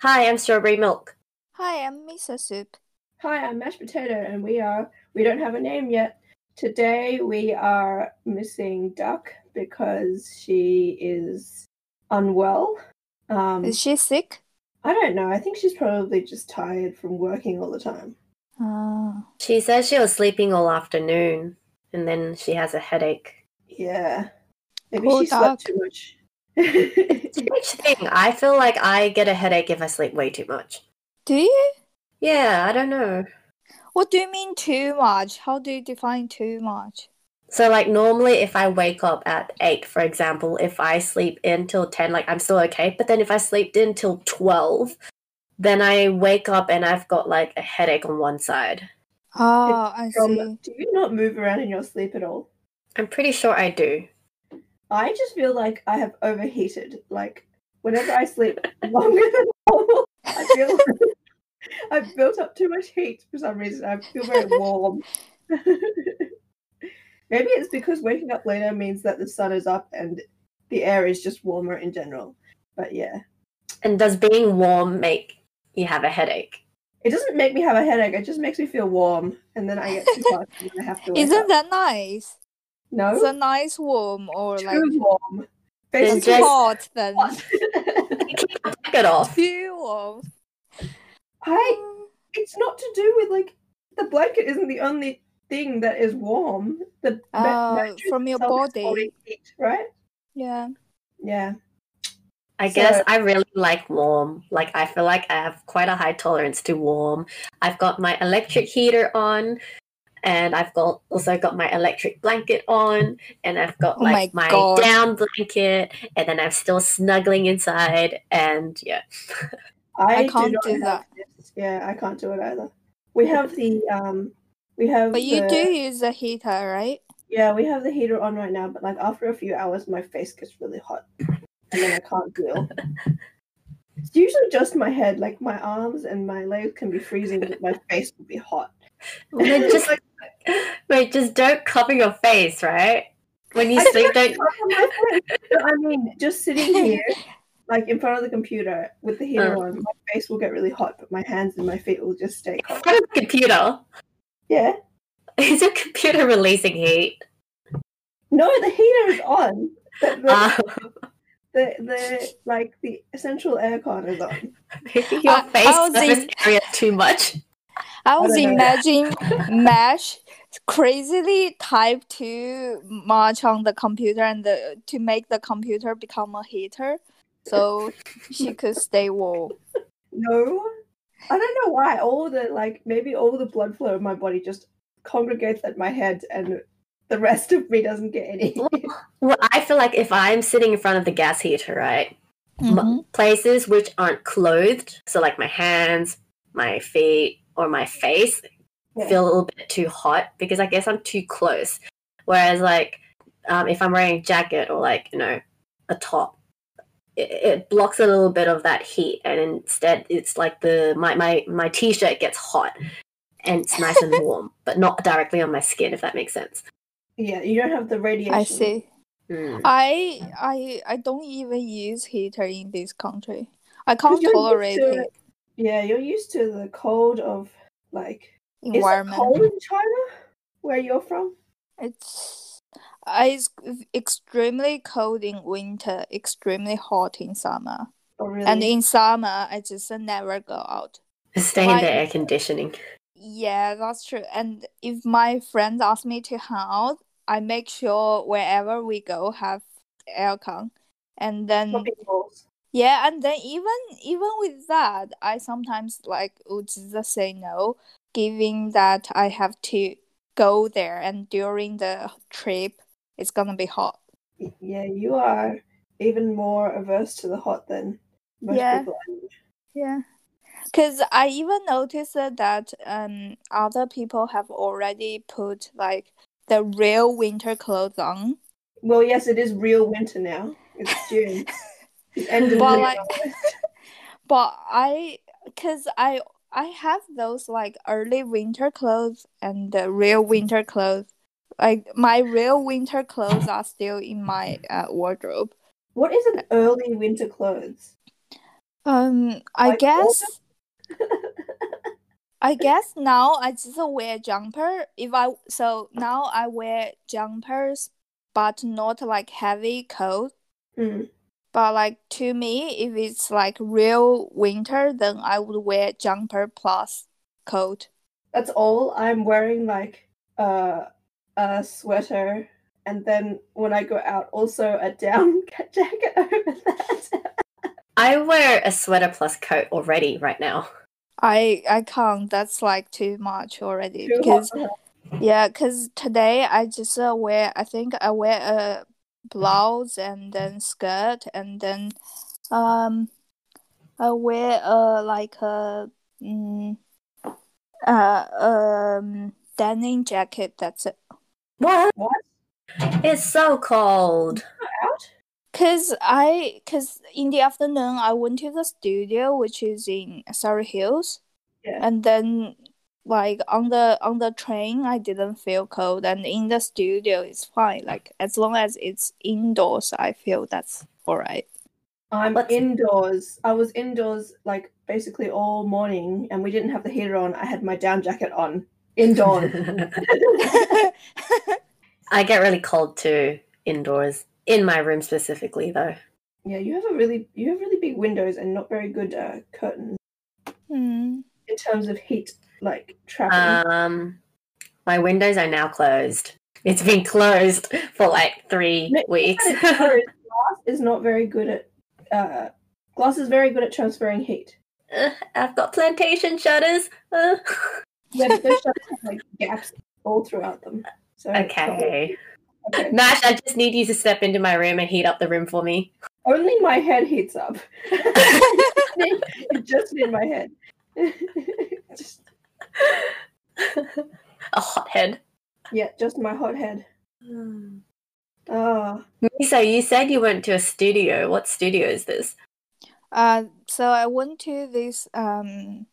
Hi, I'm Strawberry Milk. Hi, I'm Miso Soup. Hi, I'm Mashed Potato, and we are we don't have a name yet. Today we are missing Duck because she is unwell. Um, Is she sick? I don't know. I think she's probably just tired from working all the time. Oh. She says she was sleeping all afternoon and then she has a headache. Yeah, maybe Poor she slept Duck. too much. Which thing? I feel like I get a headache if I sleep way too much. Do you? Yeah, I don't know. What do you mean too much? How do you define too much? So, like, normally if I wake up at 8, for example, if I sleep in till 10, like, I'm still okay. But then if I sleep in till 12, then I wake up and I've got, like, a headache on one side. Ah, I Um, see. do you not move around in your sleep at all? I'm pretty sure I do. I just feel like I have overheated. Like whenever I sleep longer than normal, I feel like I've built up too much heat for some reason. I feel very warm. Maybe it's because waking up later means that the sun is up and the air is just warmer in general. But yeah, And does being warm make you have a headache? it doesn't make me have a headache. It just makes me feel warm, and then I get too hot and I have to. Wake Isn't up. that nice? no? It's a nice warm or like too warm. It's it's Basically, just- hot then. Take it off. Too warm. I it's not to do with like the blanket isn't the only thing that is warm. The ma- Uh, mattress from your itself is body. holding heat, right? Yeah. Yeah. I So- guess I really like warm. Like I feel like I have quite a high tolerance to warm. I've got my electric heater on and I've got also got my electric blanket on and I've got Oh like my my, God. down blanket and then I'm still snuggling inside and yeah. I, can't not do have that. this. Yeah, I can't do it either. We have the um we have But you the- do use a heater, right? Yeah, we have the heater on right now, but like after a few hours my face gets really hot and then I can't deal. It's usually just my head, like my arms and my legs can be freezing, but my face will be hot. Oh And then just wait, just don't cover your face, right? When you I sleep, don't But I mean, just sitting here, like in front of the computer with the heater Uh. on, my face will get really hot, but my hands and my feet will just stay in cold. front of the computer. Yeah. Is your computer releasing heat? No, the heater is on. The, the, Uh, the, the like the central aircon is on. maybe your I- I face was surface in- area too much. I was don't know. imagining Mesh crazily type too much on the computer and the, to make the computer become a heater, so she could stay warm. No, I don't know why. All the like maybe all the blood flow of my body just congregates at my head, and the rest of me doesn't get any. Well, I feel like if I'm sitting in front of the gas heater, right, m- Mm-hmm. places which aren't clothed, so like my hands, my feet, or my face, Yeah. feel a little bit too hot because I guess I'm too close. Whereas, like, um, if I'm wearing a jacket or like you know a top, it, it blocks a little bit of that heat, and instead it's like the my my my t-shirt gets hot, and it's nice and warm, but not directly on my skin, if that makes sense. yeah, you don't have the radiation. I see. Mm. I I I don't even use heater in this country. I 'Cause can't you're used tolerate to it. it. Yeah, you're used to the cold of like Is it Environment. cold in China? Where you're from? It's uh, it's extremely cold in winter, extremely hot in summer. Oh, really? And in summer, I just never go out. Stay in Why- the air conditioning. Yeah, that's true. And if my friends ask me to hang out, I make sure wherever we go have aircon. And then Shopping malls. yeah, and then even even with that, I sometimes like would just say no, given that I have to go there and during the trip it's gonna be hot. Y- Yeah, you are even more averse to the hot than most Yeah. people. I know. Yeah. Because I even noticed that- that um other people have already put like the real winter clothes on. Well, yes, it is real winter now. It's June. The end of But June. like but I cuz I I have those like early winter clothes and the real winter clothes. Like my real winter clothes are still in my uh, wardrobe. what is an early winter clothes? Um, I Like, guess. I guess now I just wear jumper. If I so now I wear jumpers, but not like heavy coat. Mm. But like to me, if it's like real winter, then I would wear jumper plus coat. That's all. I'm wearing like uh, a sweater, and then when I go out, also a down jacket over that. I wear a sweater plus coat already right now. I I can't. That's like too much already Too because hot. Yeah, because today I just uh, wear, I think I wear a blouse and then skirt and then um I wear a like a mm, uh um denim jacket. That's it. What? What? It's so cold. Out? Cause I, cause in the afternoon I went to the studio, which is in Surrey Hills, Yeah. and then like on the on the train I didn't feel cold, and in the studio it's fine. Like as long as it's indoors, I feel that's all right. I'm What's- indoors. I was indoors like basically all morning, and we didn't have the heater on. I had my down jacket on indoors. I get really cold too indoors, in my room specifically though. yeah, you have a really you have really big windows and not very good uh, curtains Hmm. in terms of heat like trapping. Um, my windows are now closed. It's been closed for like three No, weeks. But it's true, glass is not very good at uh, glass is very good at transferring heat. Uh, I've got plantation shutters. Uh. Yeah, but those shutters have like gaps all throughout them. So it's not- Okay. okay. Mash, I just need you to step into my room and heat up the room for me. Only my head heats up. Just in my head. just, A hothead. yeah, just my hot head. Oh, Misa, you said you went to a studio. What studio is this? Uh, so I went to this um,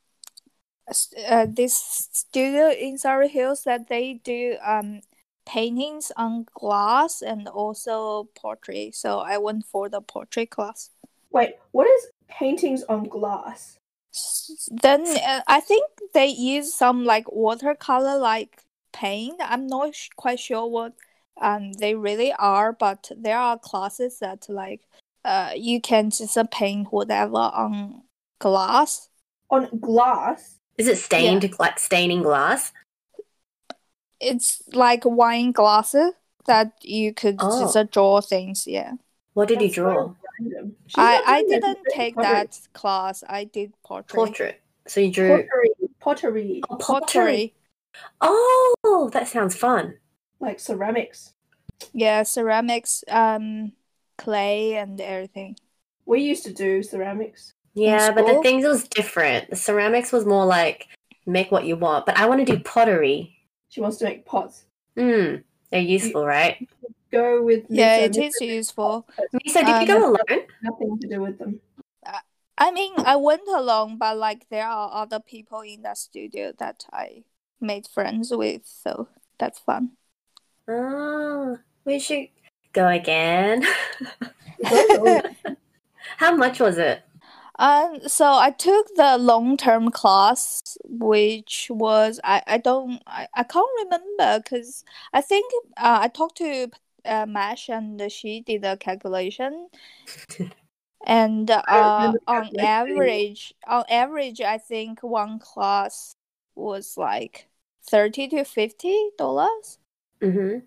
s- uh, this studio in Surrey Hills that they do um paintings on glass and also portrait. So I went for the portrait class. wait, what is paintings on glass? S- Then uh, I think they use some like watercolor like paint. I'm not sh- quite sure what um they really are, but there are classes that like uh you can just uh, paint whatever on glass. On glass? Is it stained like staining glass? it's like wine glasses that you could Oh. just uh, draw things yeah What did you That's so draw? random. She's i not i doing a didn't different take pottery. that class i did portrait Portrait. So you drew Pottery, pottery, Oh, Pottery. Oh, that sounds fun. like ceramics. yeah ceramics um clay and everything We used to do ceramics. Yeah, but the school? things was different. The ceramics was more like make what you want, but I want to do pottery. She wants to make pots. Mm, they're useful, right? Go with yeah Lisa, it Lisa is has useful Misa, did you go alone? Nothing to do with them. i mean i went alone but like there are other people in that studio that i made friends with so that's fun Oh, we should go again. Go. How much was it? Um, so I took the long-term class, which was I, I don't I, I can't remember because I think uh, I talked to uh, Mash and she did a calculation, and uh, remember on calculating. average, on average, I think one class was like thirty to fifty dollars. hmm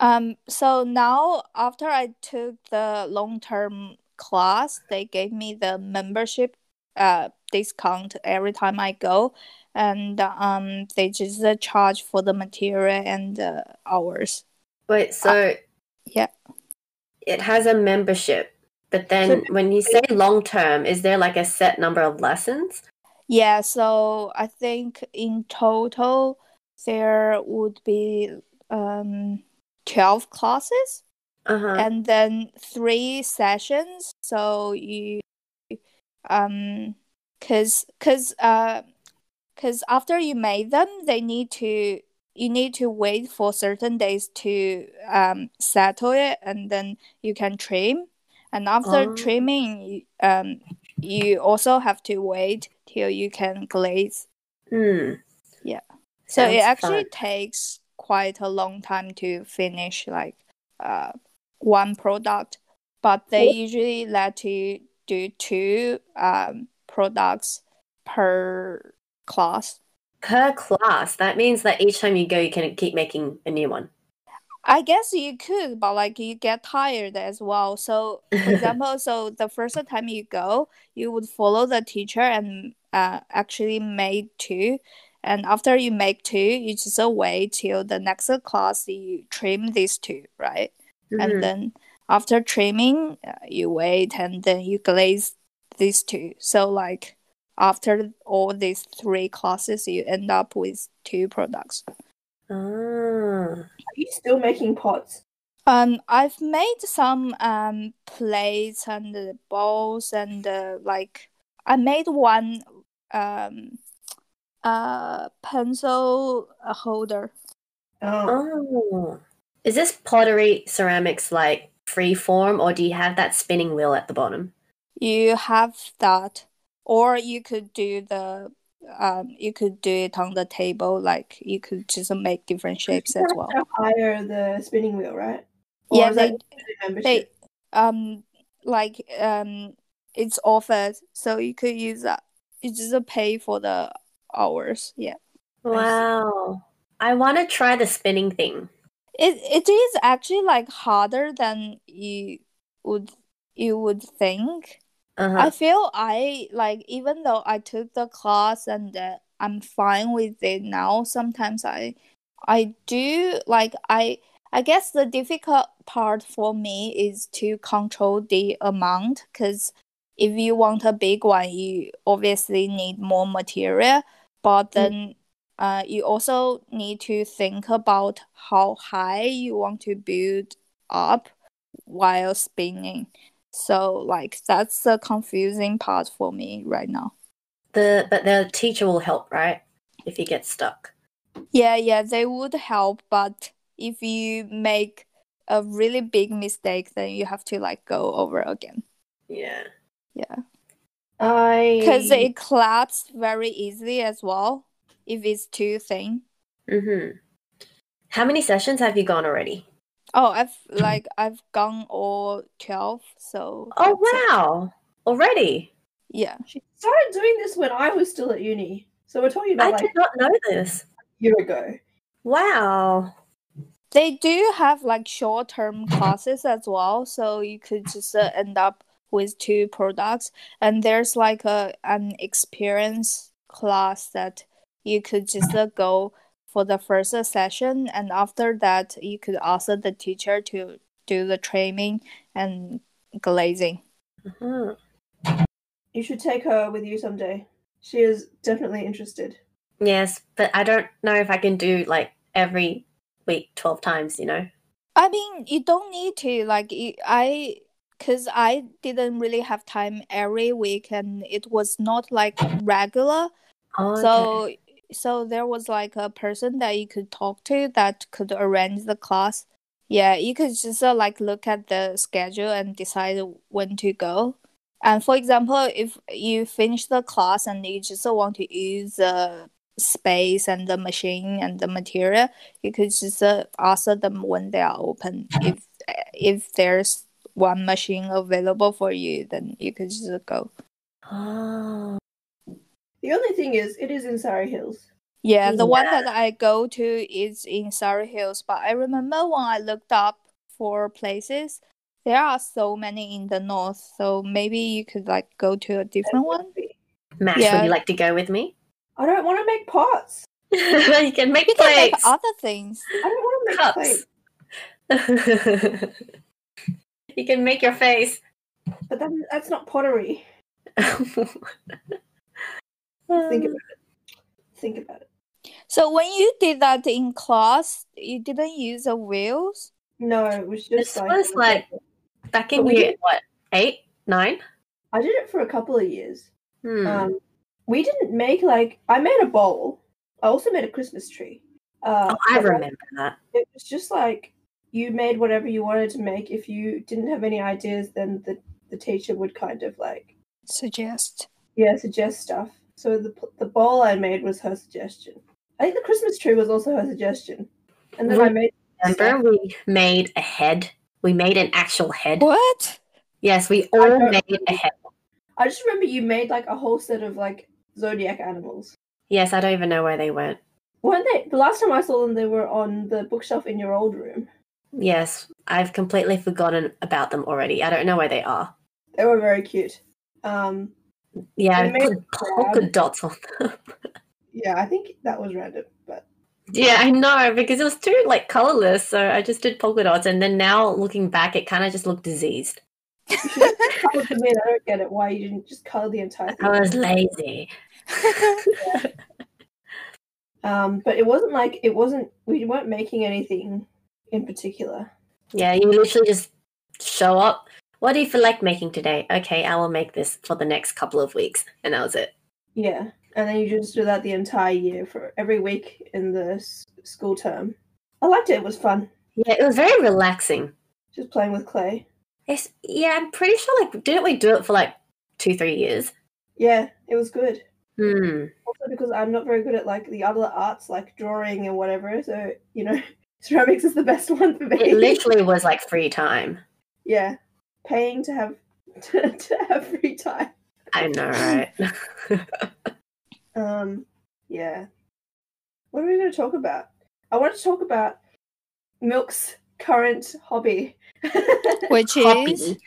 Um, so now after I took the long-term class, they gave me the membership uh discount every time I go, and um they just uh, charge for the material and uh, hours. Wait, so Uh, yeah. it has a membership, but then when you say long term, is there like a set number of lessons? Yeah, so I think in total there would be um 12 classes. Uh huh. and then three sessions so you um because because uh because after you made them they need to you need to wait for certain days to um settle it and then you can trim and after Oh. trimming you- um you also have to wait till you can glaze. Mm. Yeah. So it Sounds actually fun. takes quite a long time to finish like uh, one product, but they usually let you do two um, products per class. per class. That means that each time you go, you can keep making a new one. I guess you could, but like you get tired as well. So, for example, so the first time you go, you would follow the teacher and uh, actually make two. And after you make two, you just wait till the next class you trim these two, right? Mhm. And then after trimming, uh, you wait and then you glaze these two. So, like after all these three classes, you end up with two products. Ah. Are you still making pots? Um, I've made some um plates and uh, bowls and uh, like I made one um uh pencil uh, holder. Oh, Oh. Is this pottery ceramics like free form or do you have that spinning wheel at the bottom? You have that, or you could do the um you could do it on the table. Like you could just make different shapes as well. to hire the spinning wheel, right? Yeah, is they that membership? they um like um it's offered, so you could use that. You just pay for the hours. Yeah. see. Wow. I want to try the spinning thing. It it is actually like harder than you would you would think. I Uh-huh. feel I like even though I took the class and uh, I'm fine with it now. Sometimes I I do like I I guess the difficult part for me is to control the amount because if you want a big one, you obviously need more material, but then uh, you also need to think about how high you want to build up while spinning. So like that's the confusing part for me right now. The but the teacher will help, right? If you get stuck. Yeah, yeah, they would help, but if you make a really big mistake, then you have to like go over again. Yeah. I Because it collapses very easily as well if it's too thin. Mhm. How many sessions have you gone already? Oh, I've like I've gone all twelve, so Oh that's it. wow. Already. Yeah. she started doing this when I was still at uni, so we're talking I about like did not know this. a year ago. Wow. They do have like short term classes as well, so you could just uh, end up with two products. And there's like a an experience class that you could just uh, go for the first uh, session, and after that, you could ask uh, the teacher to do the training and glazing. Uh-huh. You should take her with you someday. She is definitely interested. Yes, but I don't know if I can do like every week 12 times, you know. I mean, you don't need to like you- I because I didn't really have time every week, and it was not like regular. Oh, okay. So so there was like a person that you could talk to that could arrange the class. Yeah, you could just uh, like look at the schedule and decide when to go. And for example, if you finish the class and you just uh, want to use the space and the machine and the material, you could just uh, ask them when they are open. If if there's one machine available for you, then you could just uh, go. Oh. The only thing is, it is in Surrey Hills. Yeah, the one that I go to is in Surrey Hills, but I remember when I looked up for places, there are so many in the north, so maybe you could like go to a different one. Max, Yeah. would you like to go with me? I don't want to make pots. you can make You can make plates. other things. I don't want to make Cups. plates. you can make your face. But then that's not pottery. Think Um, about it. Think about it. So when you did that in class, you didn't use the wheels? No, it was This just like, was like- Back in But we year, didn't- what, eight, nine? I did it for a couple of years. Hmm. Um, we didn't make like I made a bowl. I also made a Christmas tree. Uh, oh, I but, like, remember that. it was just like you made whatever you wanted to make. If you didn't have any ideas, then the, the teacher would kind of like Suggest. Yeah, suggest stuff. So the p- the bowl I made was her suggestion. I think the Christmas tree was also her suggestion, and then I made. Remember, we made a head. We made an actual head. What? Yes, we I all don't- made a head. I just remember you made like a whole set of like zodiac animals. Yes, I don't even know where they went. Weren't they? The last time I saw them, they were on the bookshelf in your old room. Yes, I've completely forgotten about them already. I don't know where they are. They were very cute. Um, Yeah, They I made put polka dots on them. yeah, I think that was random, but Yeah, I know because it was too like colorless, so I just did polka dots. And then now looking back, it kind of just looked diseased. I mean, I don't get it. Why you didn't just color the entire thing? I was lazy. Um, but it wasn't like it wasn't. We weren't making anything in particular. Yeah, you literally just show up. What do you feel like making today? Okay, I will make this for the next couple of weeks, and that was it. Yeah, and then you just do that the entire year for every week in the s- school term. I liked it. It was fun. Yeah, it was very relaxing. Just playing with clay. It's yeah, I'm pretty sure like didn't we do it for like two, three years? Yeah, it was good. Hmm. Also because I'm not very good at like the other arts, like drawing and whatever. So you know, ceramics is the best one for me. It literally was like free time. yeah, paying to have to, to have free time. I know, right? Um, yeah. What are we going to talk about? I want to talk about Milk's current hobby. Not Which is Hobby.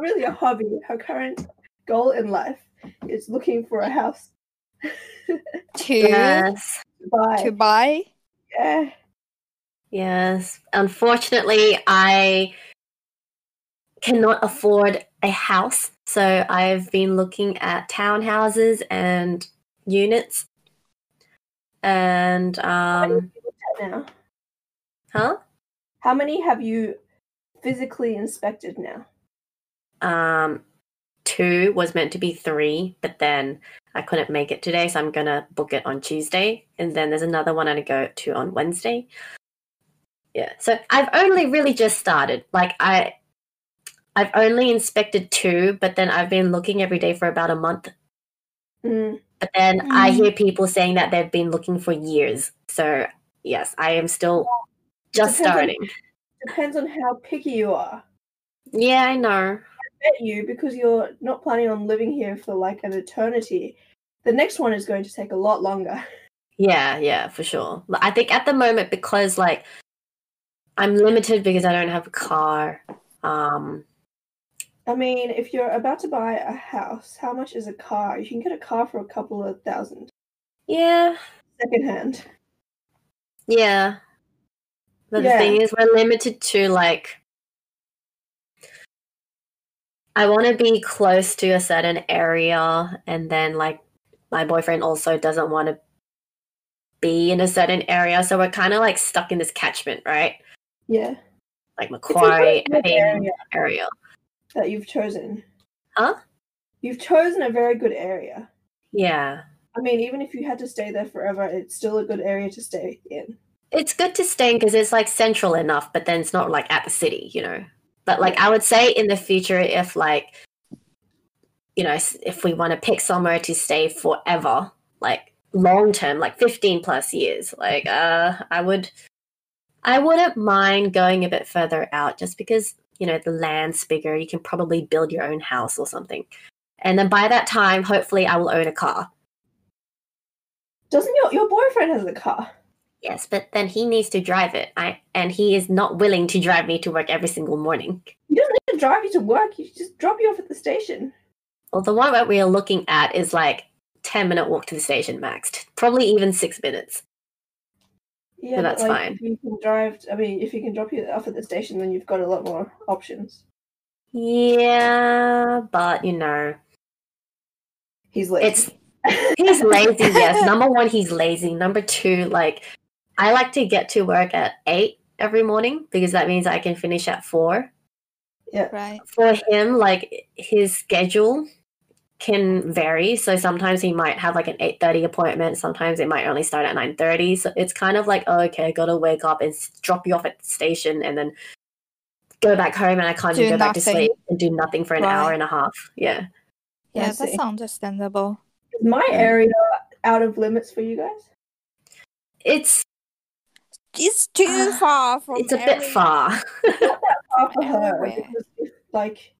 really a hobby. Her current goal in life is looking for a house to Yes. to buy. to buy. Yeah. Yes. Unfortunately, I cannot afford a house. So I've been looking at townhouses and units. And, How many um, have you looked at now? huh? How many have you physically inspected now? Um, two was meant to be three, but then I couldn't make it today. So I'm going to book it on Tuesday. And then there's another one I'm going to go to on Wednesday. Yeah. So I've only really just started. Like, I, I've only inspected two, but then I've been looking every day for about a month. Mm. But then I Mm. hear people saying that they've been looking for years. So yes, I am still just Depends on- starting. Depends on how picky you are. Yeah, I know. Bet you because you're not planning on living here for like an eternity. The next one is going to take a lot longer. Yeah, yeah, for sure. But I think at the moment because like I'm limited because I don't have a car. Um I mean, if you're about to buy a house, how much is a car? You can get a car for a couple of thousand yeah, secondhand. yeah. But Yeah. the thing is we're limited to like I want to be close to a certain area and then like my boyfriend also doesn't want to be in a certain area, so we're kind of like stuck in this catchment, right? Yeah. Like It's a really Macquarie good Epping area area. that you've chosen. Huh? You've chosen a very good area. Yeah. I mean, even if you had to stay there forever, it's still a good area to stay in. it's good to stay because it's like central enough, but then it's not like at the city, you know. But like I would say in the future, if like you know, s- if we want to pick somewhere to stay forever, like long term, like fifteen plus years, like uh, I would, I wouldn't mind going a bit further out just because you know the land's bigger. You can probably build your own house or something, and then by that time, hopefully, I will own a car. Doesn't your your boyfriend has a car? Yes, but then he needs to drive it. I and he is not willing to drive me to work every single morning. He doesn't need to drive you to work. He just drop you off at the station. Well, the one that we are looking at is like ten minute walk to the station maxed, probably even six minutes. Yeah, Yeah, but, that's like, fine. If you can drive. I mean, if you can drop you off at the station, then you've got a lot more options. Yeah, but you know, He's like, it's he's lazy. Yes, number one, he's lazy. Number two, like I like to get to work at eight every morning because that means I can finish at four. Right. for him, like his schedule can vary. So sometimes he might have like an eight thirty appointment. Sometimes it might only start at nine thirty. So it's kind of like, oh, okay, I gotta wake up and s- drop you off at the station, and then go back home, and I can't Do even go back to nothing. sleep and do nothing for an Right. hour and a half. Yeah, Yeah, I that's see. understandable. Is my area out of limits for you guys? It's It's too Ah, far from. it's a bit every- far. Far for her, Everywhere. because, if, like,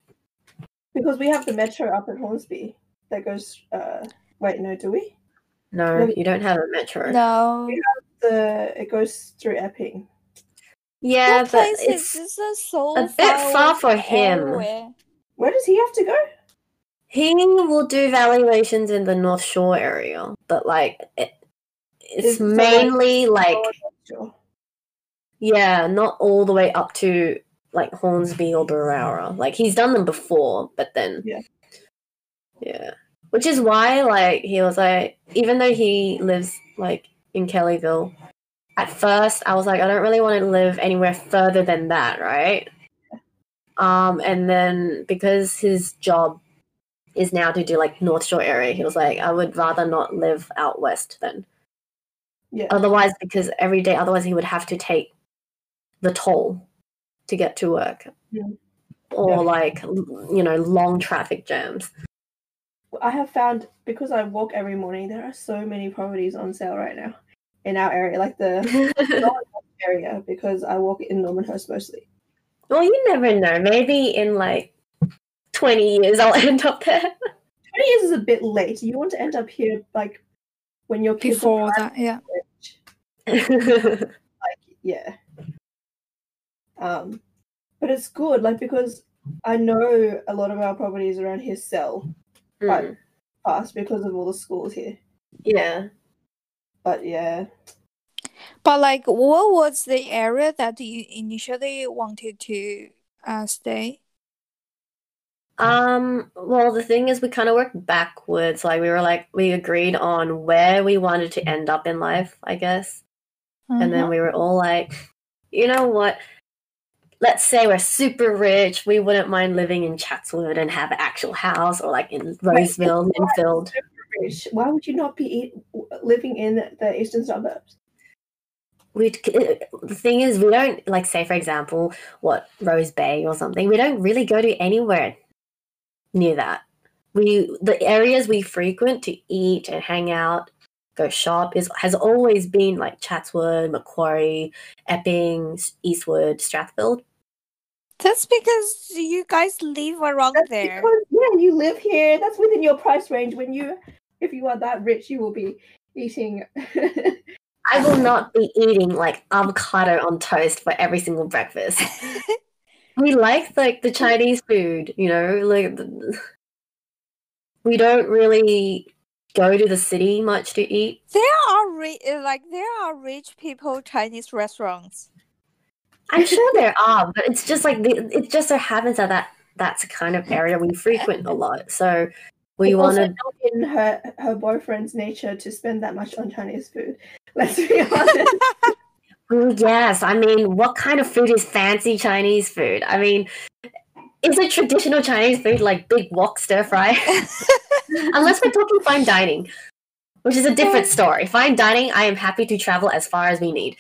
because we have the metro up at Hornsby that goes. Uh, wait, no, do we? no, you don't have a metro. No, The it goes through Epping. Yeah, that but place is it's just uh, so a bit far, far for away from him. everywhere. Where does he have to go? he will do valuations in the North Shore area, but like it, Is it's it like- mainly like Oh, Sure. yeah, not all the way up to like Hornsby or Barara. Like he's done them before, but then Yeah. yeah, which is why like he was like even though he lives like in Kellyville. At first, I was like, I don't really want to live anywhere further than that, right? Um, and then because his job is now to do like North Shore area, he was like, I would rather not live out west then Yeah. otherwise because every day otherwise he would have to take the toll to get to work Yeah. or Yeah. like l- you know long traffic jams I have found because I walk every morning, there are so many properties on sale right now in our area, like the area, because I walk in Normanhurst mostly. well you never know maybe in like 20 years i'll end up there 20 years is a bit late. You want to end up here, like, when your kids are Before that, yeah. college. Yeah. Um, but it's good, like, because I know a lot of our properties around here sell Mm, fast because of all the schools here. yeah But yeah, But like, what was the area that you initially wanted to uh, stay? um well the thing is we kind of worked backwards like we were like we agreed on where we wanted to end up in life i guess and Mm-hmm. Uh-huh. then we were all like, you know what? Let's say we're super rich. We wouldn't mind living in Chatswood and have an actual house, or like in Roseville, Linfield. Rich, why would you not be eat, living in the eastern suburbs? We'd, uh, the thing is, we don't like say, for example, what Rose Bay or something. We don't really go to anywhere near that. We the areas we frequent to eat and hang out, go shop is has always been like Chatswood, Macquarie, Epping, Eastwood, Strathfield. That's because you guys live around That's there. because yeah, you live here. That's within your price range. When you, if you are that rich, you will be eating. I will not be eating like avocado on toast for every single breakfast. We like like the Chinese food, you know, like the- we don't really go to the city much to eat. there are ri- uh, like there are rich people Chinese restaurants. I'm sure there are, but it's just like the, it just so happens that, that that's the kind of area we frequent a lot. So we It's want also to not in her her boyfriend's nature to spend that much on Chinese food. Let's be honest. Well, Mm, yes. I mean, what kind of food is fancy Chinese food? I mean, is it traditional Chinese food like big wok stir fry? Unless we're talking fine dining, which is a different story. Fine dining, I am happy to travel as far as we need.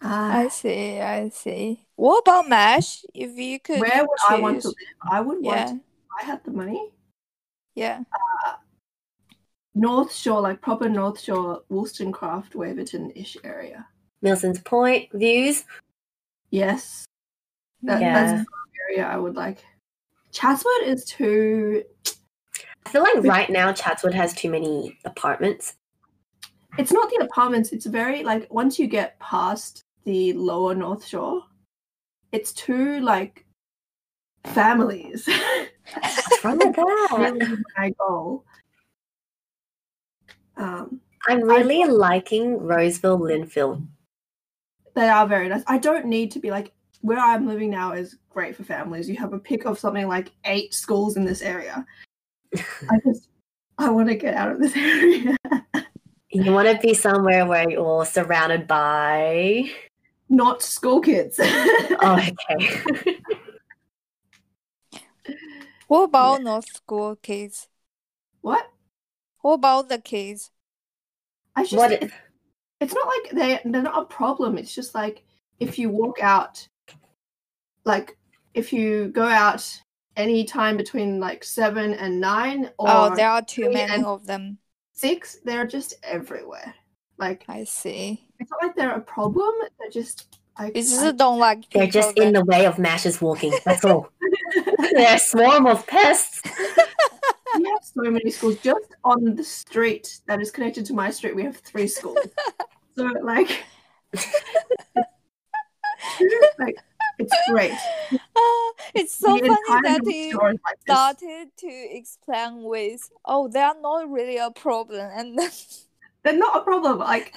Ah, I see, I see. What about Mash? If you could Where would I want to live? choose- I would want Yeah, to, if I had the money. yeah. North Shore, like proper North Shore, Wollstonecraft, Waverton ish area. Milson's Point views. Yes, that, that's Yeah. the area I would like. Chatswood is too. I feel like right now Chatswood has too many apartments. It's not the apartments. It's very like once you get past the lower North Shore, it's too like families. What's wrong with that? really my goal. Um, I'm really liking Roseville, Linfield. they are very nice. I don't need to be like where I'm living now is great for families. You have a pick of something like eight schools in this area. I just I want to get out of this area. You want to be somewhere where you're surrounded by. Not school kids. Oh, okay. What about North School kids? what? What about the kids? I just What? it's not like they they're not a problem. It's just like if you walk out, like if you go out any time between like seven and nine or Oh, there are too three many and- of them. six. They're just everywhere. Like I see. it's not like they're a problem. They're just like It's I- just don't like They're people just in that- the way of Mash's walking. That's all. They're a swarm of pests. we have so many schools just on the street that is connected to my street. We have three schools. so like, like it's great. Ah, it's so The funny entire that North he Shore is like this. started to explain with, "Oh, they are not really a problem," and then They're not a problem. Like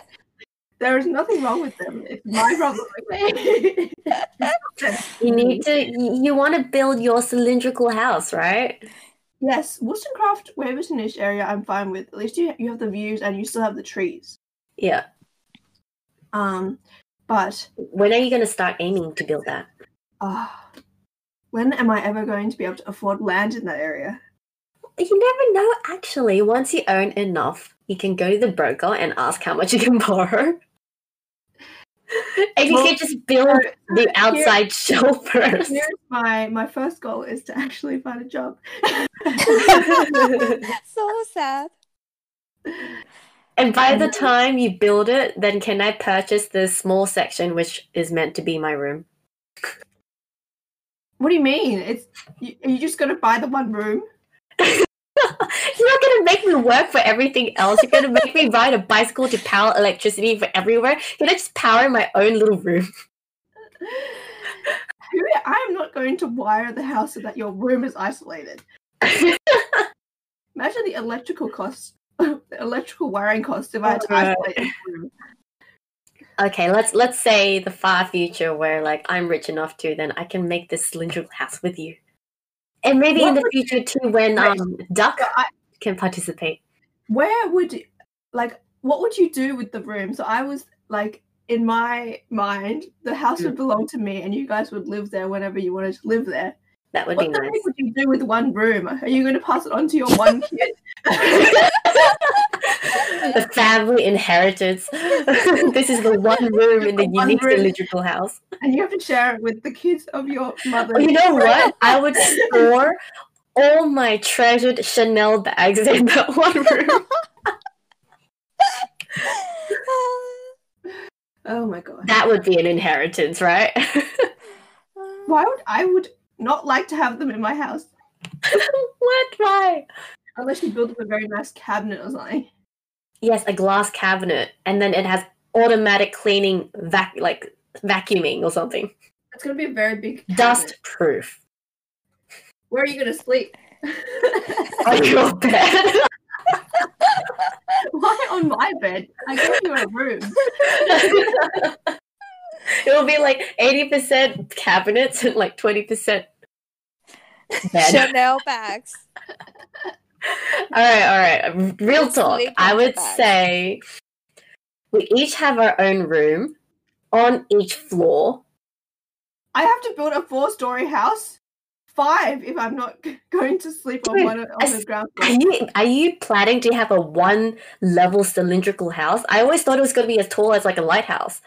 there is nothing wrong with them. It's my problem. okay? You need to. You, you want to build your cylindrical house, right? yes, Wollstonecraft, Wavertonish area, I'm fine with. At least you you have the views and you still have the trees. Yeah. Um, but When are you going to start aiming to build that? ah, when am I ever going to be able to afford land in that area? You never know. Actually, once you own enough, you can go to the broker and ask how much you can borrow. And you Well, can just build the outside shell first. Here's my my first goal is to actually find a job. so sad. And by the time you build it, then can I purchase this small section which is meant to be my room? What do you mean? It's you, are you just gonna buy the one room? You're not gonna make me work for everything else. You're gonna make me ride a bicycle to power electricity for everywhere. Can I just power my own little room? Who- I am not going to wire the house so that your room is isolated. Imagine the electrical costs, the electrical wiring costs if I had to Alright. isolate this room. Okay, let's let's say the far future where like I'm rich enough to then I can make this cylindrical house with you. And maybe in What the would future too when Right. um Duck So I, can participate. where would like what would you do with the room? So I was like in my mind, the Hmm. house would belong to me, and you guys would live there whenever you wanted to live there. That would What be the nice. heck would you do with one room? Are you going to pass it on to your one kid? the family inheritance. this is the one room in the One unique room. cylindrical house. And you have to share it with the kids of your mother. Oh, You know what? I would store all my treasured Chanel bags in that one room. Oh my god. That would be an inheritance, right? Why would I would not like to have them in my house what? Why? unless you build up a very nice cabinet or something. Yes, a glass cabinet, and then it has automatic cleaning, vac- like vacuuming or something, It's going to be a very big cabinet. dust proof. Where are you going to sleep? On your bed. Why on my bed? I gave you a room. It'll be like 80% cabinets and like 20% bed. Chanel bags. all right, all right. Real Let's talk. leave I that would back. say we each have our own room on each floor. I have to build a four story house. Five if I'm not g- going to sleep on Dude, one on the ground Are floor. you are you planning to have a one level cylindrical house? I always thought it was going to be as tall as like a lighthouse.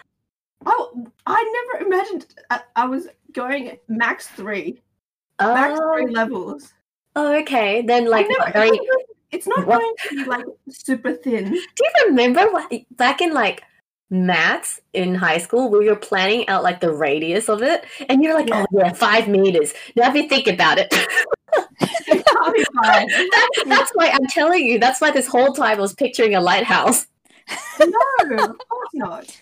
Oh, I never imagined I, I was going max three, max Oh, three levels. oh, okay. Then I like never- very it's not- it's not What? going to be like super thin. Do you remember wh- back in like maths in high school where you're planning out like the radius of it and you're like, Yeah. oh yeah, five meters. Now if you think about it, It can't be fine. that, that's why I'm telling you, that's why this whole time I was picturing a lighthouse. No, of course not.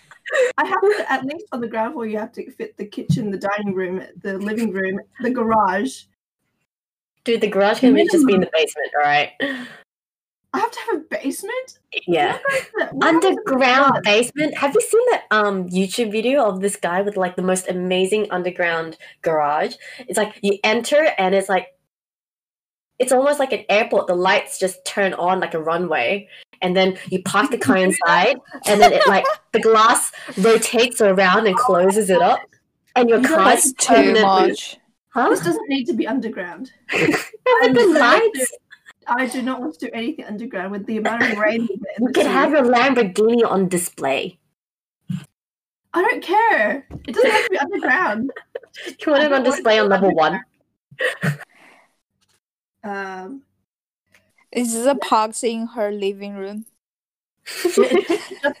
I have to at least on the ground floor. You have to fit the kitchen, the dining room, the living room, the garage. Dude, the garage can be just be in the basement, all right? I have to have a basement. Yeah. What happens if it's Underground not? basement. Have you seen that um YouTube video of this guy with like the most amazing underground garage? It's like you enter and it's like it's almost like an airport. The lights just turn on like a runway, and then you park the car inside, and then it like the glass rotates around and closes it up, and your You don't car's That's too much. Huh? This doesn't need to be underground. Remember the I'm sorry. lights? I do not want to do anything underground with the amount of rain. we get in You the can city. have your Lamborghini on display. I don't care. It doesn't have to be underground. You want it on display on level one? Um, Is the pox in her living room? just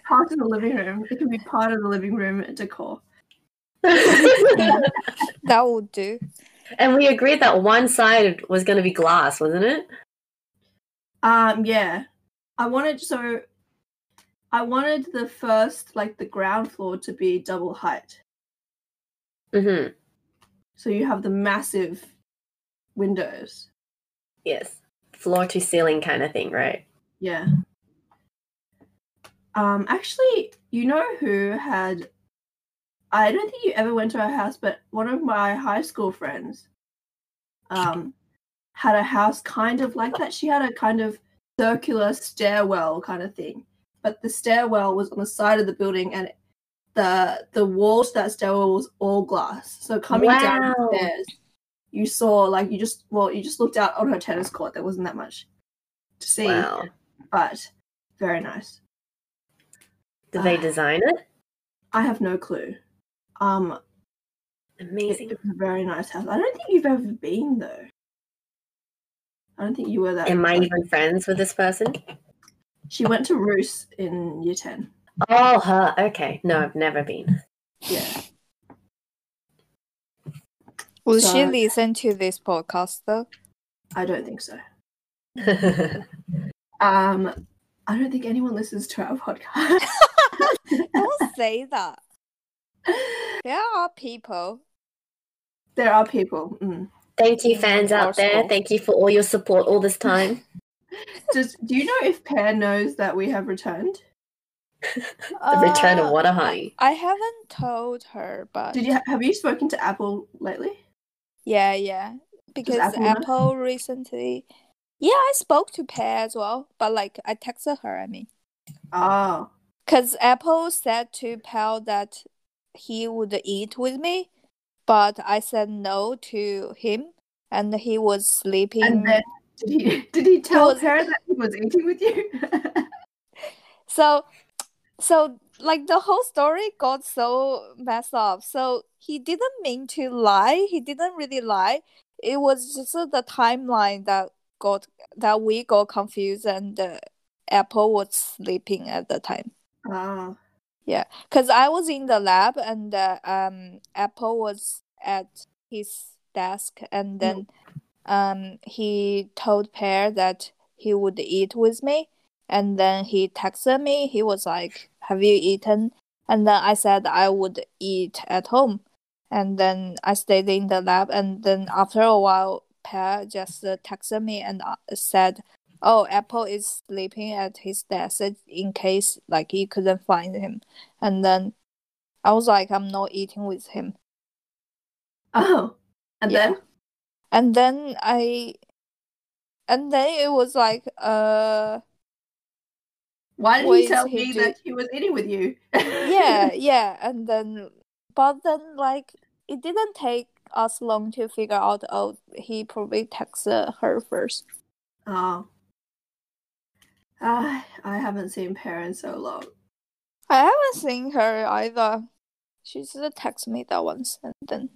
part of the living room. It can be part of the living room decor. That will do. and we agreed that one side was going to be glass, wasn't it? Um, yeah, I wanted so I wanted the first like the ground floor to be double height, Mm-hmm. so you have the massive windows. Yes. Floor to ceiling kind of thing, right? Yeah. Um, actually, you know who had. I don't think you ever went to her house, but one of my high school friends um, had a house kind of like that. She had a kind of circular stairwell kind of thing, but the stairwell was on the side of the building and the the wall to that stairwell was all glass. So coming down Wow. the stairs, you saw like you just well you just looked out on her tennis court. There wasn't that much to see Wow. but very nice. Did they Ah. design it? I have no clue. Um, it, Amazing. it was a very nice house. I don't think you've ever been though. I don't think you were that. Am I like- even friends with this person? She went to Roos in year ten. Oh, her. Okay. No, I've never been. Yeah. Will she So- listen to this podcast though? I don't think so. That's Um, I don't think anyone listens to our podcast. Don't say that. There are people. there are people. Mm. Thank you, fans out there. Forceful. Thank you for all your support all this time. Does do you know if Pear knows that we have returned? The return of Uh, Water High. I haven't told her, but Did you have you spoken to Apple lately? yeah, yeah, because Apple Apple, know? recently, yeah, I spoke to Pear as well, but like I texted her. I mean, Oh, because Apple said to Pear that he would eat with me, but I said no to him, and he was sleeping. and then did he did he tell was- Pear that he was eating with you? So, so like the whole story got so messed up. So he didn't mean to lie. He didn't really lie. It was just uh, the timeline that got that we got confused, and uh, Apple was sleeping at the time. Ah, Cause I was in the lab, and uh, um, Apple was at his desk, and then um, he told Pear that he would eat with me, and then he texted me. He was like, "Have you eaten?" And then I said I would eat at home, and then I stayed in the lab. And then after a while, Pear just uh, texted me and uh, said, "Oh, Apple is sleeping at his desk in case like you couldn't find him." And then I was like, "I'm not eating with him." oh, and Yeah. then and then I, and then it was like, uh, why did What he is tell he me do- that he was eating with you? yeah, yeah, and then, but then like it didn't take us long to figure out. Oh, he probably texted her first. Oh. Ah, I haven't seen Pear in so long. I haven't seen her either. She just texted me that once, and then.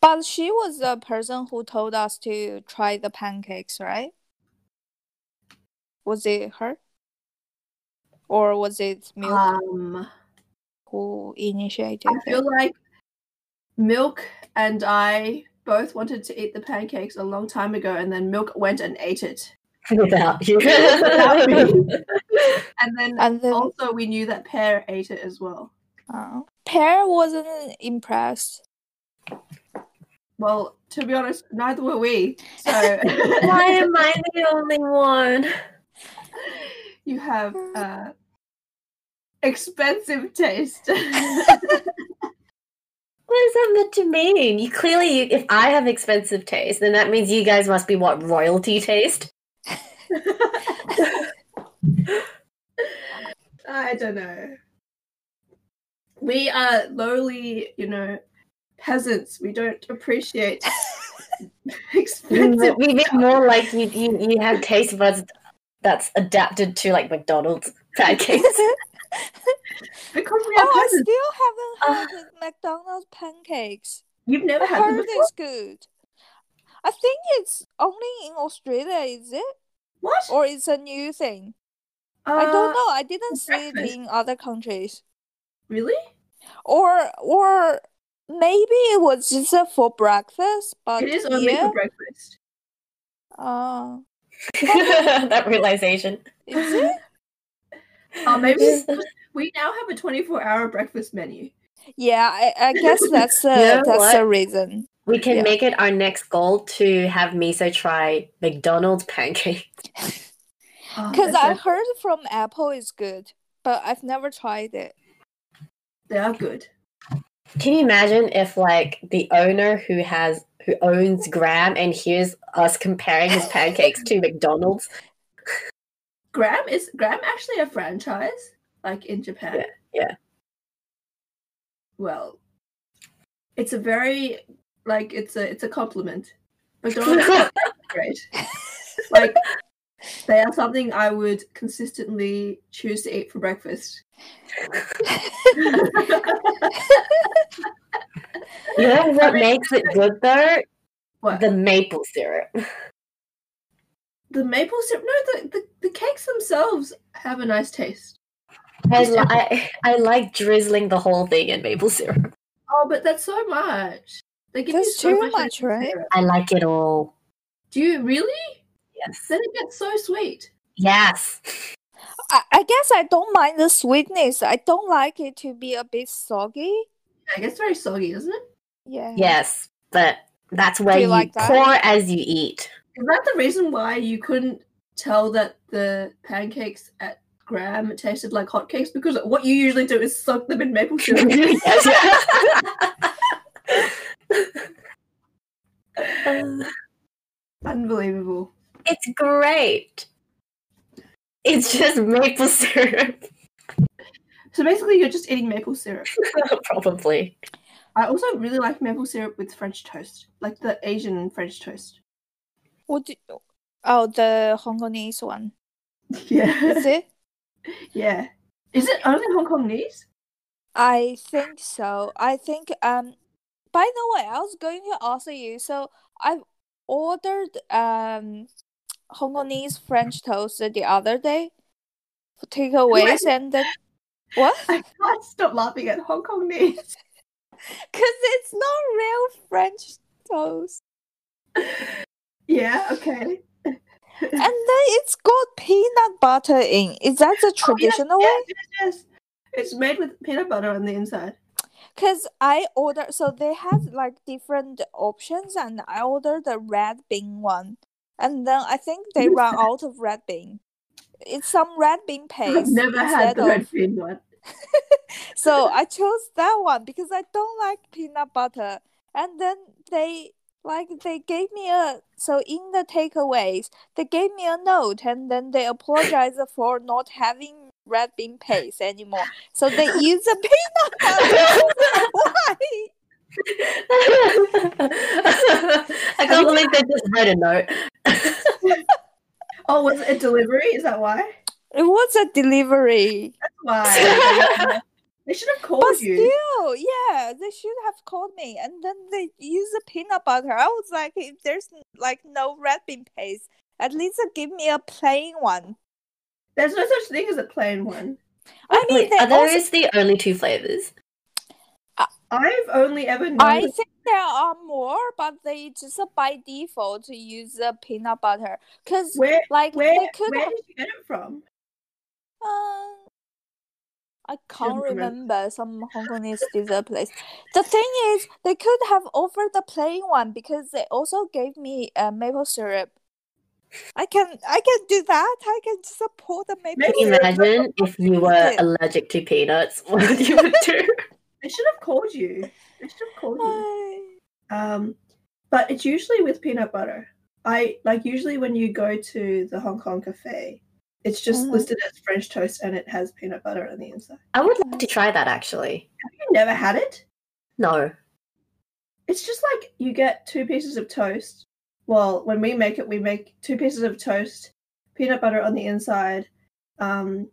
But she was the person who told us to try the pancakes, right? Was it her? Or was it Milk Um, who initiated I it? feel like Milk and I both wanted to eat the pancakes a long time ago, and then Milk went and ate it. Without you. Without me. and then And then also we knew that Pear ate it as well. uh, Pear wasn't impressed. Well, to be honest, neither were we. So Why am I the only one? you have uh, expensive taste. What is that meant to mean? You clearly, you, if I have expensive taste, then that means you guys must be what royalty taste. I don't know. We are lowly, you know, peasants. We don't appreciate expensive. We bit more like you, you, you have taste buds that's adapted to like McDonald's pancakes. because we are Oh, peasants. Uh, I still haven't heard of McDonald's pancakes. You've never I had them heard before. it's good. I think it's only in Australia, is it? What? Or it's a new thing? I Uh, don't know. I didn't see it breakfast. in other countries. Really? Or or maybe it was just uh, for breakfast, but It is only here, for breakfast. uh, that realization. is it? Oh, maybe it's 'cause we now have a 24 hour breakfast menu. Yeah, I, I guess that's uh, know that's what? the reason. We can Yeah. make it our next goal to have Miso try McDonald's pancake. Oh, Because I heard from Apple is good, but I've never tried it. They are good. Can you imagine if like the owner who has who owns Graham and hears us comparing his pancakes to McDonald's? Graham is Graham actually a franchise like in Japan? Yeah, yeah. Well, it's a very like it's a it's a compliment. McDonald's is great. Like they are something I would consistently choose to eat for breakfast. You know what mean- makes it good though? what? The The, maple syrup. maple syrup? No, the, the the cakes themselves have a nice taste. I, Just li- I, I like drizzling the whole thing in maple syrup. Oh, but that's so much. They give That's you so too much, much, maple right? syrup. I like it all. Do you really? Yes. Then it gets so sweet. Yes. I, I guess I don't mind the sweetness. I don't like it to be a bit soggy. Yeah, it gets very soggy, doesn't it? Yeah. Yes. But that's where you you, like that? pour as you eat. Is that the reason why you couldn't tell that the pancakes at Graham tasted like hotcakes? Because what you usually do is soak them in maple syrup. Yes, Uh, yeah. Unbelievable. it's great. It's just maple syrup, So basically, you're just eating maple syrup. probably. I also really like maple syrup with French toast, like the Asian French toast. What do Oh, the Hongkongese one. Is Yeah. it? yeah. Is it only Hong Kongese? I think so. I think um by the way, I was going to ask you, so I've ordered um Hongkongese French toast the other day for takeaways and then what? I can't stop laughing at Hong Kongese. Because it's not real French toast. yeah, okay. And then it's got peanut butter in. Is that the Oh, yes, traditional yes, one? Yes, yes. It's made with peanut butter on the inside. Because I ordered, so they had like different options, and I ordered the red bean one. And then I think they What is run out of red bean. It's some red bean paste. I've never had instead the of, red bean one. So I chose that one because I don't like peanut butter. And then they like they gave me a so in the takeaways they gave me a note and then they apologized for not having red bean paste anymore. So they use the peanut butter. Why? I can't believe they just wrote a note. Oh, was it a delivery? Is that why? It was a delivery. That's why. they should have called But you. still, yeah, they should have called me. And then they use the peanut butter. I was like, if there's like no red bean paste, at least give me a plain one. There's no such thing as a plain one. I mean, Wait, they are also, those the only two flavors? I've only ever known. I that- think there are more, but they just by default use the peanut butter because where like where they could where have. did you get it from? Um, I can't Shouldn't remember. remember some Hong Kongese dessert place. The thing is, they could have offered the plain one because they also gave me uh, maple syrup. I can I can do that. I can just pour the maple Maybe syrup. Imagine if you were Okay. allergic to peanuts, what you would do. They should have called you. They should have called Uh, you. Um, but it's usually with peanut butter. I like usually when you go to the Hong Kong cafe, it's just Mhm. listed as French toast and it has peanut butter on the inside. I would like to try that actually. Have you never had it? No. It's just like you get two pieces of toast. Well, when we make it, we make two pieces of toast, peanut butter on the inside. Um,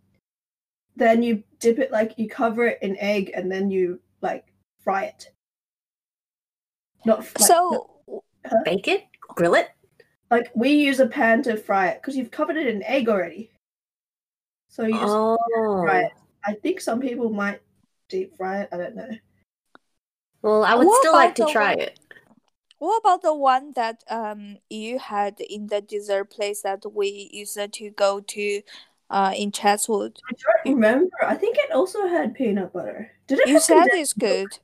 then you dip it like you cover it in egg, and then you like fry it. Not f- like, So Bake it? grill it. Like we use a pan to fry it because you've covered it in egg already. So you just fry Oh, it. I think some people might deep fry it. I don't know. well, I would What still like about to the try one- it. What about the one that um you had in the dessert place that we used to go to uh in Chatswood? I don't remember. I think it also had peanut butter. Did it? You have said condensed it's good.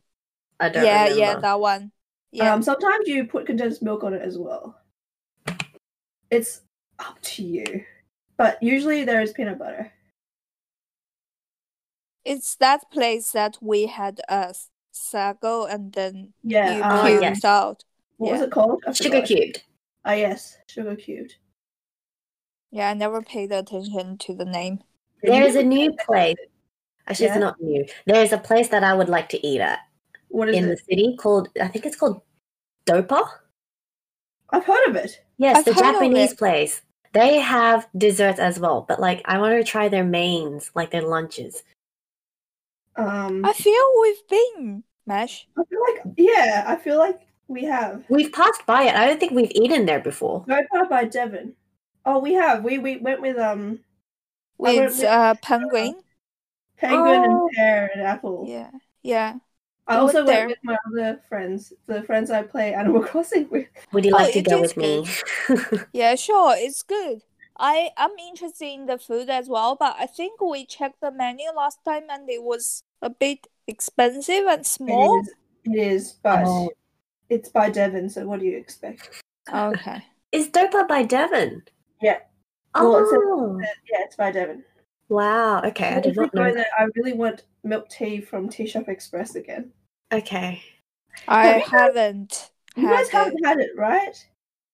I don't Yeah, remember. yeah, that one. Yeah. Um, sometimes you put condensed milk on it as well. It's up to you, but usually there is peanut butter. it's that place that we had uh sago and then you Yeah. Oh, um, cubed yes. out. What was yeah. it called? I Sugar forgot. cubed. Ah, yes, sugar cubed. Yeah, I never paid attention to the name. There is a new place. Actually, Yeah. it's not new. There is a place that I would like to eat at What is in it? the city called, I think it's called Dopa. I've heard of it. Yes, I've the heard of Japanese it. place. They have desserts as well, but like I want to try their mains, like their lunches. Um, I I feel we've been Mesh. feel like yeah, I feel like we have. We've passed by it. I don't think we've eaten there before. Go far by Devon. Oh, we have. We we went with um went With with- uh penguin. penguin Oh. and pear and apple. Yeah. Yeah. I I also went went there. with my other friends, the friends I play Animal Crossing with. Would you Oh, like to it go is with me? Yeah, sure, it's good. I I'm interested in the food as well, but I think we checked the menu last time and it was a bit expensive and small. It is, it is, but Oh. it's by Devon. So what do you expect? Okay. Is Dopa by Devon? Yeah. Well, it's a- Oh, Yeah, it's by Devon. wow. Okay, I If did we not go know. there, I really want milk tea from Tea Shop Express again. Okay. I you guys- haven't You guys had it. haven't had it, right?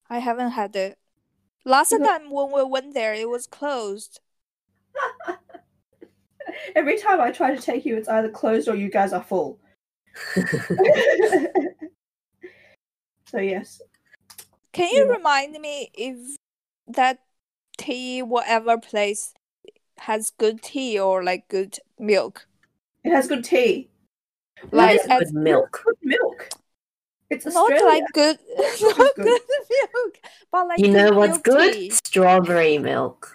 I haven't had it. Last Because- time when we went there, it was closed. Every time I try to take you, it's either closed or you guys are full. so yes, Can you Yeah. remind me if that tea, whatever place, has good tea or like good milk? it has good tea. What Like is It's as- good milk. good milk? It's not Australia. like good, not good. good milk, but like You good know what's milk good? tea. Strawberry milk.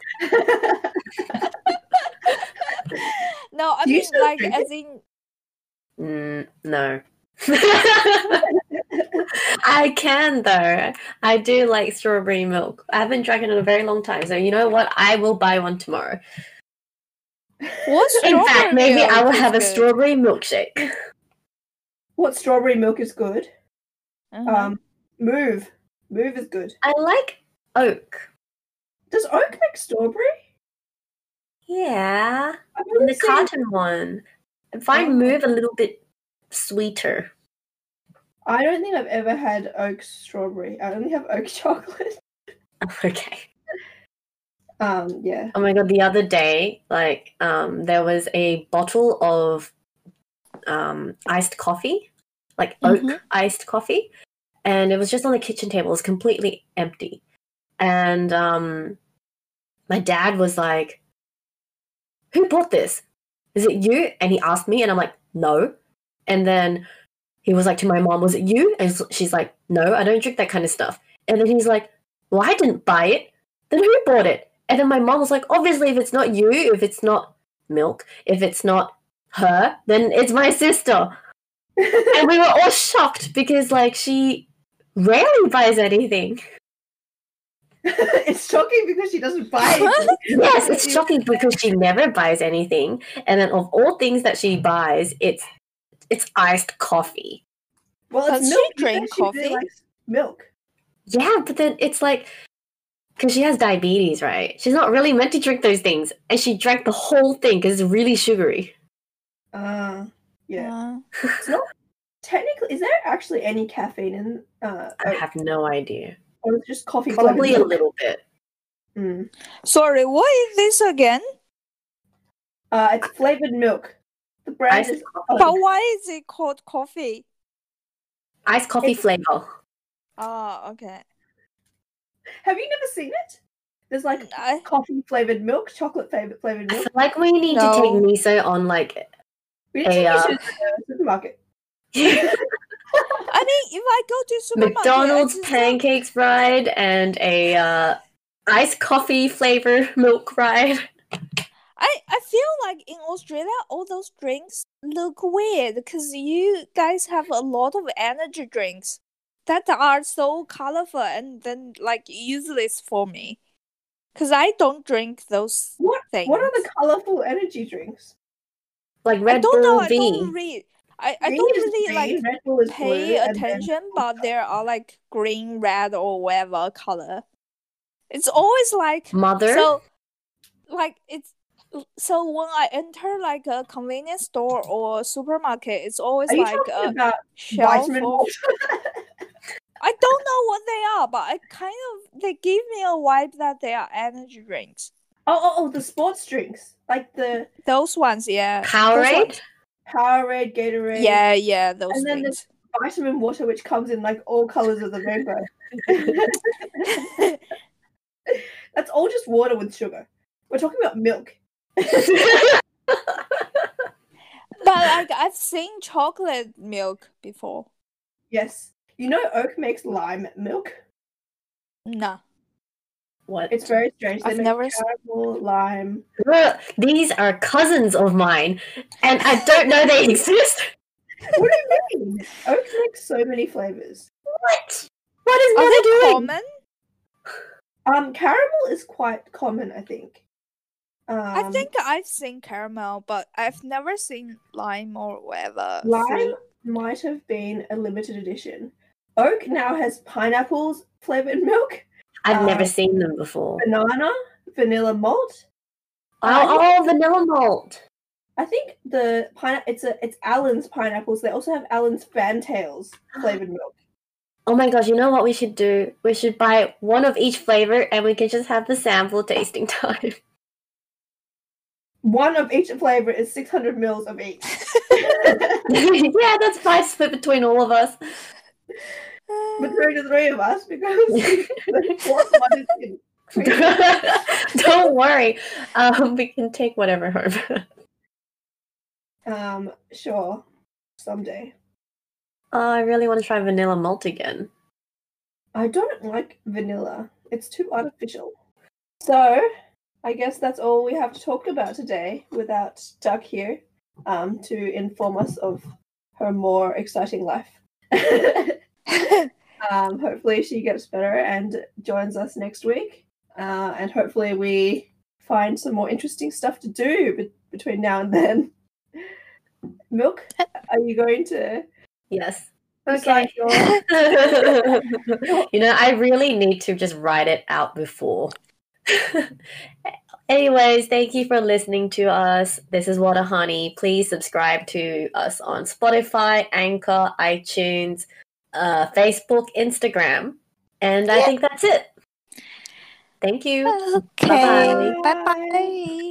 No, I Do you mean still like drink as in Mm, no. I can though. I do like strawberry milk. I haven't drank it in a very long time, so you know what? I will buy one tomorrow. what In strawberry fact, maybe I milk will is have a good? strawberry milkshake. what strawberry milk is good? Mm-hmm. Mhm. Um, move, move is good. I like oak. Does oak make strawberry? Yeah, I've and only the seen- carton one. I find move a little bit sweeter. I don't think I've ever had oak strawberry. I only have oak chocolate. Okay. Um, yeah. Oh my god, the other day, like, um, there was a bottle of um iced coffee, like Mhm. oak iced coffee, and it was just on the kitchen table. It was completely empty. And um my dad was like, Who bought this? Is it you? And he asked me, and I'm like, No. And then he was like to my mom, Was it you? And s- she's like, No, I don't drink that kind of stuff. And then he's like, Well, I didn't buy it. Then who bought it? And then my mom was like, Obviously, if it's not you, if it's not milk, if it's not her, then it's my sister and we were all shocked because like she rarely buys anything. it's shocking because she doesn't buy it. Yes, it's shocking because she never buys anything, and then of all things that she buys, it's it's iced coffee. Well, Does it's she milk. You drink said she really coffee? likes milk. Yeah, but then it's like because she has diabetes, right? She's not really meant to drink those things, and she drank the whole thing because it's really sugary. Uh, yeah. Uh, Technically, is there actually any caffeine in uh, I oat, have no idea. or is it just coffee? flavored Probably a milk? little bit. Mm. sorry, what is this again? Uh, it's flavored milk. The brand Iced is coffee, But why is it called coffee? iced coffee It's- flavor. Ah, okay. Have you never seen it? There's like I, coffee flavored milk, chocolate flavored flavored I feel milk. like we need to No. take miso on like We need to Hey, take uh, you to the supermarket. I mean, if I go to supermarket, McDonald's I just- pancakes ride and a uh, iced coffee flavor milk ride. I, I feel like in Australia, all those drinks look weird because you guys have a lot of energy drinks that are so colorful and then like useless for me. Because I don't drink those What- things. What are the colorful energy drinks? Like I Red don't Bull know. I V. don't read. I, I Green don't is really like green, Red Bull is blue, pay and then- attention, but there are like green, red, or whatever color. It's always like Mother. so, like it's so when I enter like a convenience store or supermarket, it's always Are you like talking a about shelf. vitamin of- water? I don't know what they are, but I kind of they give me a vibe that they are energy drinks. Oh, oh, oh, the sports drinks like the Those ones, yeah, Those Powerade. ones. Powerade, Gatorade, yeah, yeah, those And then things. vitamin water, which comes in like all colors of the rainbow. That's all just water with sugar. We're talking about milk. but like I've seen chocolate milk before. Yes, you know Oak makes lime milk. Nah. what? It's very strange. They I've make never s- caramel, lime. Look, these are cousins of mine, and I don't know they exist. What do you mean? Oak makes so many flavors. What? What is Are mother they doing? common? Um, caramel is quite common, I think. Um, I think I've seen caramel, but I've never seen lime or whatever. lime fruit. might have been a limited edition. Oak now has pineapples flavored milk, I've never Uh, seen them before. banana, vanilla malt. Oh, oh, vanilla malt. I think the pine it's a it's Allen's pineapples. They also have Allen's fantails flavored milk. Oh my gosh, you know what we should do? We should buy one of each flavor and we can just have the sample tasting time. One of each flavor is 600 mils of each. yeah, that's fine split between all of us. Uh, Between the three of us because the fourth one is in. cream. Don't worry. Um, we can take whatever home. Um, sure, someday. Oh, I really want to try vanilla malt again. I don't like vanilla. It's too artificial. So, I guess that's all we have to talk about today without Duck here um, to inform us of her more exciting life. um, hopefully, she gets better and joins us next week. Uh, and hopefully, we find some more interesting stuff to do be- between now and then. Milk, are you going to Yes. recite your you know, I really need to just write it out before. Anyways, thank you for listening to us. This is Water Honey. Please subscribe to us on Spotify, Anchor, iTunes, uh, Facebook, Instagram. And I Yeah. think that's it. Thank you. okay. Bye Bye. bye.